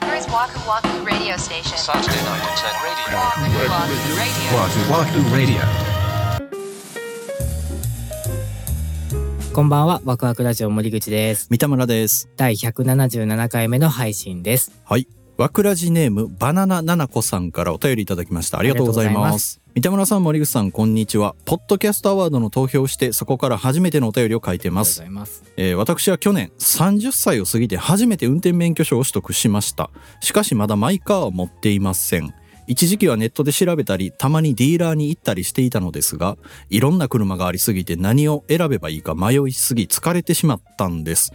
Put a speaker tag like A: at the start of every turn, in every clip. A: Waku Waku Radio Station.
B: Saturday night at 10 radio.
A: Waku Waku
C: Wahoo
A: Radio.
C: Wahoo Radio.
D: こんばんは、ワクワクラジオ森口です。
E: 三田村です。
D: 第177回目の配信です。
E: はい。わくらじネームバナナナナコさんからお便りいただきました。ありがとうござい
D: ありがとうござい
E: ま。
D: ます
E: 三田村さん、森口さん、こんにちは。ポッドキャストアワードの投票をして、そこから初めてのお便りを書いて
D: ありがとうご
E: ます
D: ざ。います。
E: えー私は去年30歳を過ぎて初めて運転免許証を取得しましたしかしまだマイカーを持っていません一時期はネットで調べたりたまにディーラーに行ったりしていたのですがいろんな車がありすぎて何を選べばいいか迷いすぎ疲れてしまったんです、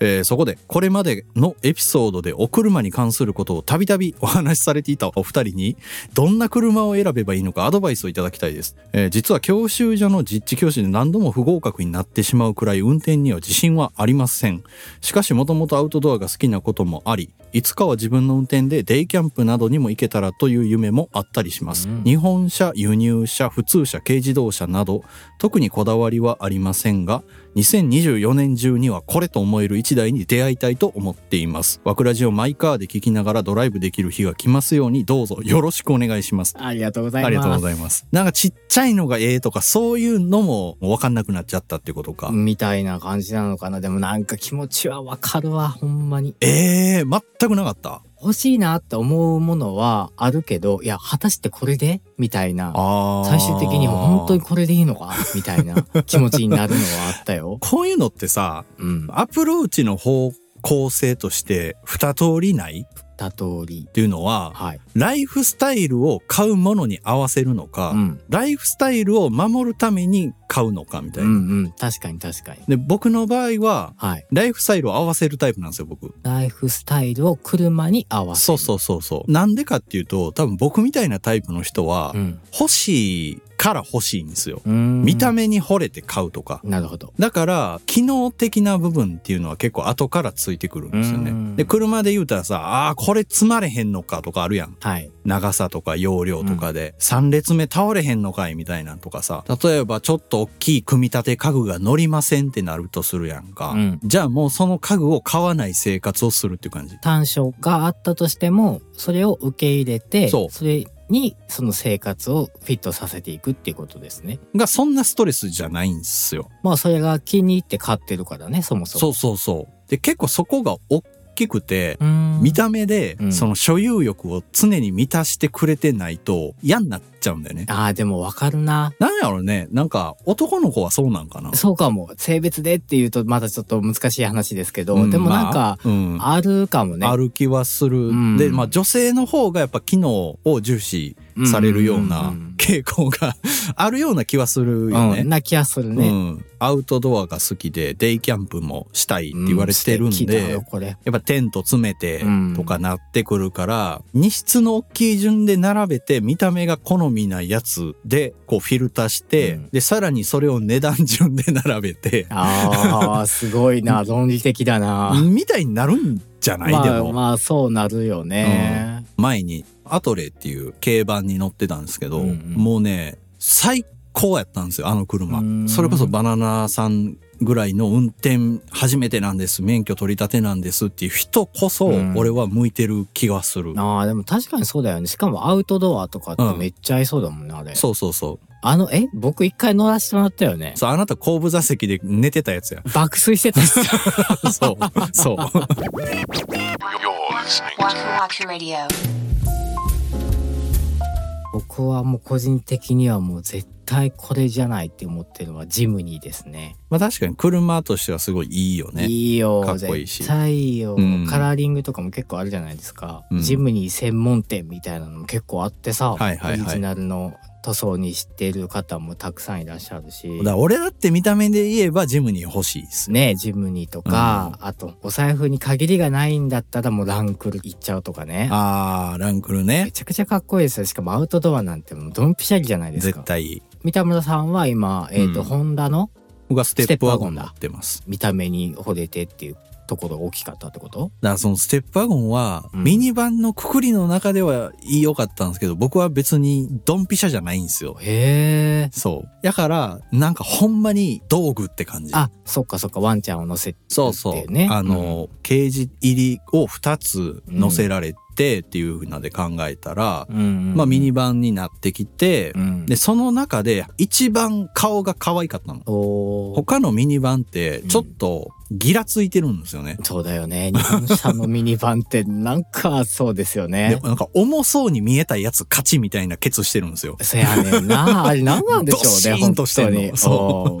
E: えーそこでこれまでのエピソードでお車に関することをたびたびお話しされていたお二人にどんな車を選べばいいのかアドバイスをいただきたいです、えー実は教習所の実地教師で何度も不合格になってしまうくらい運転には自信はありませんしかしもともとアウトドアが好きなこともありいつかは自分の運転でデイキャンプなどにも行けたらという夢もあったりします、
D: うん
E: 日本車輸入車普通車軽自動車など特にこだわりはありませんが2024年中にはこれと思える一台に出会いたいと思っていますわくらじをマイカーで聞きながらドライブできる日が来ますようにどうぞよろしくお願いします
D: ありがとうございます。
E: ありがとうございます。なんかちっちゃいのがええとかそういうのも分かんなくなっちゃったってことか。
D: みたいな感じなのかな。でもなんか気持ちはわかるわ、ほんまに。
E: ええ全くなかった。
D: 欲しいなって思うものはあるけど、いや、果たしてこれでみたいな。
E: あー
D: 最終的に本当にこれでいいのかみたいな気持ちになるのはあったよ。
E: こ ういうのってさ、
D: うん。あっ
E: アプローチの方向性として二通りないった
D: 通り。
E: ていうのは、
D: はい。
E: ライフスタイルを買うものに合わせるのか、
D: うん。
E: ライフスタイルを守るために買うのかみた
D: う
E: い
D: んう
E: な。
D: ん。確かに確かに。
E: で、僕の場合は、
D: はい。
E: ライフスタイルを合わせるタイプなんですよ、僕。
D: ライフスタイルを車に合わせる。
E: そうそうそうそう。なんでかっていうと、多分僕みたいなタイプの人は、
D: うん。
E: 欲しいから欲しいんですよ。
D: うん。
E: 見た目に惚れて買うとか。
D: なるほど。
E: だから、機能的な部分っていうのは結構後からついてくるんですよ
D: うん
E: ね。で、車で言うたらさ、ああ、これ積まれへんのかとかあるやん。
D: はい。
E: 長さとか容量とかで、3列目倒れへんのかいみたいなんとかさ、例えばちょっと大きい組み立て家具が乗りませんってなるとするやんか。
D: うん
E: じゃあもうその家具を買わない生活をするっていう感じ。
D: 短所があったとしても、それを受け入れて、
E: そう
D: れにその生活をフィットさせていくっていうことですね。
E: が、そんなストレスじゃないんですよ。
D: まあそれが気に入って買ってるからね、そもそも。
E: そうそうそう。で、結構そこが大きくて、
D: うーん。
E: 見た目で
D: うん
E: その所有欲を常に満たしてくれてないと嫌になっちゃうんだよね。
D: ああ、でもわかるな。
E: なんやろね、なんか男の子はそうなんかな。
D: そうかも。性別でっていうとまだちょっと難しい話ですけど、
E: うん
D: でもなんか、
E: まあうん
D: あるかもね。
E: ある気はする。
D: うん
E: で、まあ女性の方がやっぱ機能を重視されるような
D: うん
E: 傾向が あるような気はするよ
D: うん、
E: ね。
D: な気がする
E: う
D: ね。
E: ん、アウトドアが好きでデイキャンプもしたいって言われてるん
D: う素敵だ
E: で、
D: よこれ。
E: やっぱテント詰めてとかなってくるから、荷室の大きい順で並べて見た目が好みなやつでこうフィルターして、
D: うん
E: でさらにそれを値段順で並べて
D: ああ、すごいな。論理的だな。
E: みたいになるんじゃない、
D: ま
E: で
D: あ
E: も、
D: まあそうなるよね。
E: 前にアトレっていう軽バンに乗ってたんですけど、
D: うんうん
E: もうね最高やったんですよあの
D: う
E: 車
D: ん
E: それこそバナナさんぐらいの運転初めてなんです免許取り立てなんですっていう人こそ
D: うん
E: 俺は向いてる気がする、
D: ああでも確かにそうだよねしかもアウトドアとかって
E: うん
D: めっちゃ合いそうだもんねあれ
E: そうそうそう
D: あのえ僕一回乗らせてもらったよ ね
E: そう、あなた後部座席で寝てたやつ や。
D: 爆睡してたっす
E: そう、そう。
A: Waku Waku Radio.
D: 僕はもう個人的にはもう絶対これじゃないって思ってるのはジムニーですね
E: まあ確かに車としてはすごいいいよね。
D: いいよ
E: かっこいいし
D: 絶対いいよ、
E: うん
D: カラーリングとかも結構あるじゃないですか、
E: うん
D: ジムニー専門店みたいなのも結構あってさ、
E: はいはいはい
D: オリジナルの塗装にしてる方もたくさんいらっしゃるし
E: だから俺だって見た目で言えばジムに欲しいですね。
D: ねジムニーとか、あとお財布に限りがないんだったらもうランクル行っちゃうとかね
E: あー、ランクル
D: め
E: ね。
D: ちゃくちゃかっこいいですよしかもアウトドアなんてもうドンピシャリじゃないです
E: 絶
D: か
E: 対いい。
D: 三田村さんは今、えーと
E: うん
D: ホンダの
E: 僕はステップワゴ
D: ステップワゴン
E: ン
D: だ
E: 乗ってます。
D: 見た目に惚れてっていうところが大きかったってこと
E: だからそのステップワゴンは、
D: うん
E: ミニバンのくくりの中では良かったんですけど、僕は別にドンピシャじゃないんですよ。
D: へえ
E: そう。だから、なんかほんまに道具って感じ。
D: あそっかそっかワンちゃんを乗せて
E: そうそう。
D: っていうね
E: あの、ケージ入りを2つ乗せられってっていう風なで考えたら、
D: うんうん
E: まあミニバンになってきて、
D: うん
E: でその中で一番顔が可愛かったの。
D: おー
E: 他のミニバンってちょっとギラついてるんですよね。
D: そうだよね日本車のミニバンってなんかそうですよね
E: でなんか重そうに見えたやつ勝ちみたいなケツしてるんですよ。
D: そやねんなあれ何なんでしょうね
E: ドシーン
D: 本
E: として
D: 当
E: んの
D: に
E: そ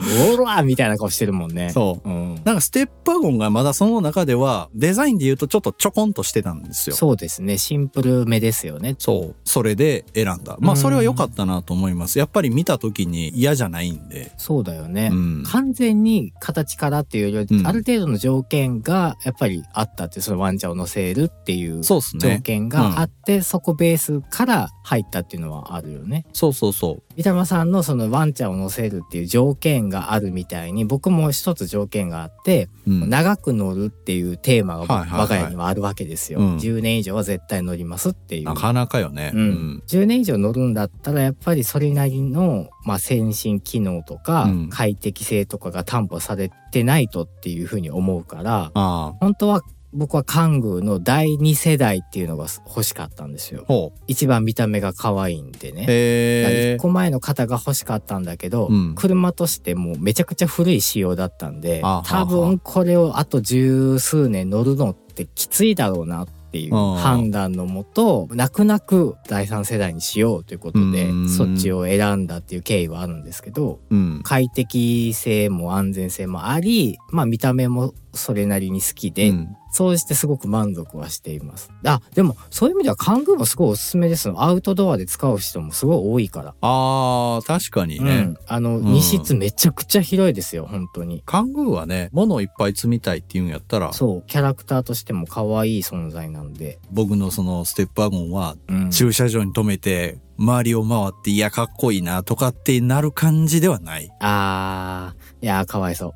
D: おーオーラーみたいな顔してるもんね、
E: そう
D: ん、
E: なんかステップワゴンがまだその中ではデザインで言うとちょっとちょこんとしてたんですよ。
D: そうですねシンプルめですよね
E: そう。それで選んだ。まあそれは良かったなと思います。やっぱり見た時に嫌じゃないんで。
D: そうだよね、
E: うん
D: 完全に形からっていうより、
E: うん
D: ある程度の条件がやっぱりあったってそのワンちゃんを乗せるっていう
E: そうっすね
D: 条件があってそこベースから入ったっていうのはあるよね。
E: そうそうそ
D: 三田さんのそのワンちゃんを乗せるっていう条件があるみたいに僕も一つ条件があって、
E: う。うん。
D: 長く乗るっていうテーマが
E: はいは
D: 我
E: いはい
D: が家にはあるわけですよ。
E: うん
D: 10年以上は絶対乗りますっていう
E: な。かなかよね。
D: うん10年以上乗るんだったらやっぱりそれなりの、まあ、先進機能とか、
E: うん
D: 快適性とかが担保されてないとっていうふうに思うから
E: ああ。
D: 本当は僕はカングーの第2世代っていうのが欲しかったんですよ。
E: ほう。
D: 一番見た目が可愛いんでね。
E: へ
D: 1
E: え。
D: 個前の型が欲しかったんだけど、
E: うん
D: 車としてもうめちゃくちゃ古い仕様だったんで
E: あはあ
D: 多分これをあと十数年乗るのってきついだろうなっていう
E: ああ
D: 判断のもと泣く泣く第三世代にしようということで
E: うん
D: そっちを選んだっていう経緯はあるんですけど
E: うん。
D: 快適性も安全性もあり、まあ、見た目もそれなりに好きで、
E: うん
D: そうしてすごく満足はしています。あ、でもそういう意味ではカングーもすごいおすすめです。アウトドアで使う人もすごい多いから。
E: ああ、確かに
D: う
E: ね。
D: ん、あの、
E: ん
D: 荷室めちゃくちゃ広いですよ、本当に。
E: カングーはね、物をいっぱい積みたいっていうんやったら、
D: そう、キャラクターとしても可愛い存在なんで。
E: 僕のそのステップワゴンは
D: うん
E: 駐車場に止めて周りを回っていやかっこいいなとかってなる感じではない。
D: あー、いやー、かわいそう。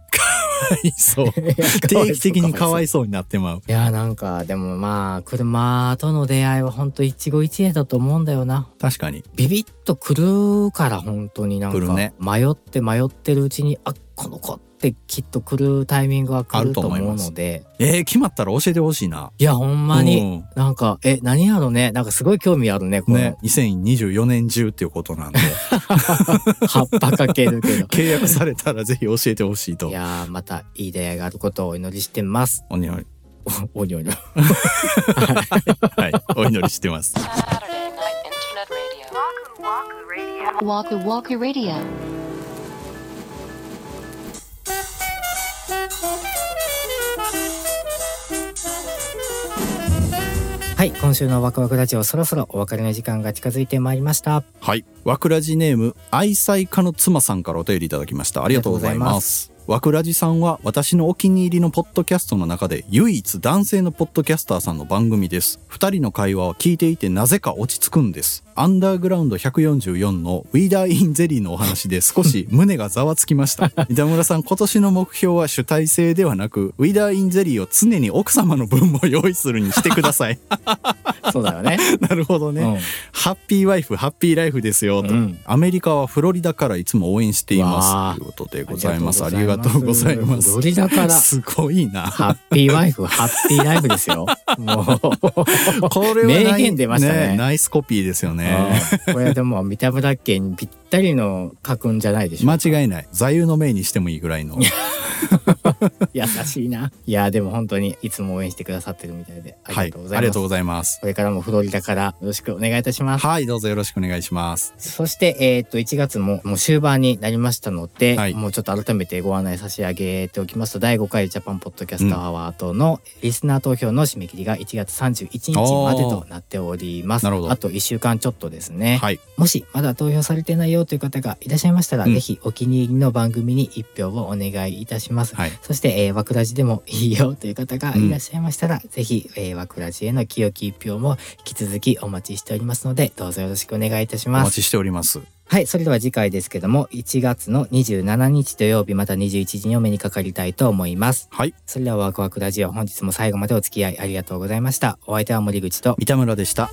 E: そう。
D: いや
E: 定期的にかわい
D: そ
E: そうになってまう。
D: う。いやーなんかでもまあ車との出会いは本当一期一会だと思うんだよな
E: 確かに。
D: ビビッとくるから本当になんか
E: 来るね
D: 迷って迷ってるうちにあこの子ってきっと来るタイミングが来
E: ある
D: る
E: と
D: と
E: 思
D: 思
E: いうます
D: ので
E: えー、決まったら教えてほしいな。
D: いやほんまに
E: うん
D: なんかえ何やろねなんかすごい興味あるねこ
E: ね
D: の、
E: 2024年中っていうこ となんで、
D: 葉っぱかけるけど
E: 契約されたらぜひ教えてほしい
D: い
E: と。
D: やーまたいい出会いがあることをお祈りしてます
E: お祈り。
D: おおにょにょ
E: はい。お祈りしてます。
A: Saturday Night Internet Radio. Waku Waku Radio.
C: Thank you.
D: はい今週のワクワクラジオそろそろお別れの時間が近づいてまいりました
E: はい。わくらじネーム、愛妻家の妻さんからお便りいただきました。ありがとうございます。わくらじさんは私のお気に入りのポッドキャストの中で唯一男性のポッドキャスターさんの番組です。二人の会話を聞いていてなぜか落ち着くんです。アンダーグラウンド144のウィーダーインゼリーのお話で少し胸がざわつきました。三田村さん、今年の目標は主体性ではなく、ウィーダーインゼリーを常に奥様の分も用意するにしてください。
D: そうだよ ね
E: なるほどね。
D: うん
E: ハッピーワイフ、ハッピーライフですよ、と
D: うん
E: アメリカはフロリダからいつも応援していま
D: わ
E: す。
D: あ
E: ということでございます。ありがとうございます。
D: フロリダから
E: すごいな。
D: ハッピーワイフ ハッピーライフですよも う
E: これはない
D: 名言出ましたね
E: ナイスコピーですよね。
D: うんこれでも三田村家にぴったりの家訓じゃないでしょう
E: 間
D: か
E: 違いない。座右の銘にしてもいいぐらいの。
D: 優しいないやでも本当にいつも応援してくださってるみたいであり
E: は
D: が
E: い
D: とうご。ざ
E: あ
D: い
E: り
D: ま
E: が
D: す、
E: とうございます。
D: これからもフロリダからよろしくお願いいたします
E: はい、どうぞよろしくお願いします。
D: そして、えっと1月ももう終盤になりましたので、
E: はい
D: もうちょっと改めてご案内差し上げておきますと第5回ジャパンポッドキャストアワードのリスナー投票の締め切りが1月31日までとなっております。
E: おーなるほど
D: あと1週間ちょっとですね、
E: はい。
D: もしまだ投票されてないよという方がいらっしゃいましたら、
E: うん
D: ぜひお気に入りの番組に1票をお願いいたします。
E: はい。
D: そして、えー、わくらじでもいいよという方がいらっしゃいましたら、ぜひ、えー、わくらじへの清き一票も引き続きお待ちしておりますので、どうぞよろしくお願いいたし
E: お
D: ま
E: 待
D: す。
E: ちしております。
D: はい、それでは次回ですけども、1月の27日土曜日また21時にお目にかかりたいと思います。
E: はい。
D: それではワクワクラジオ、本日も最後までお付き合いありがとうございました。お相手は森口と、
E: 三田村でした。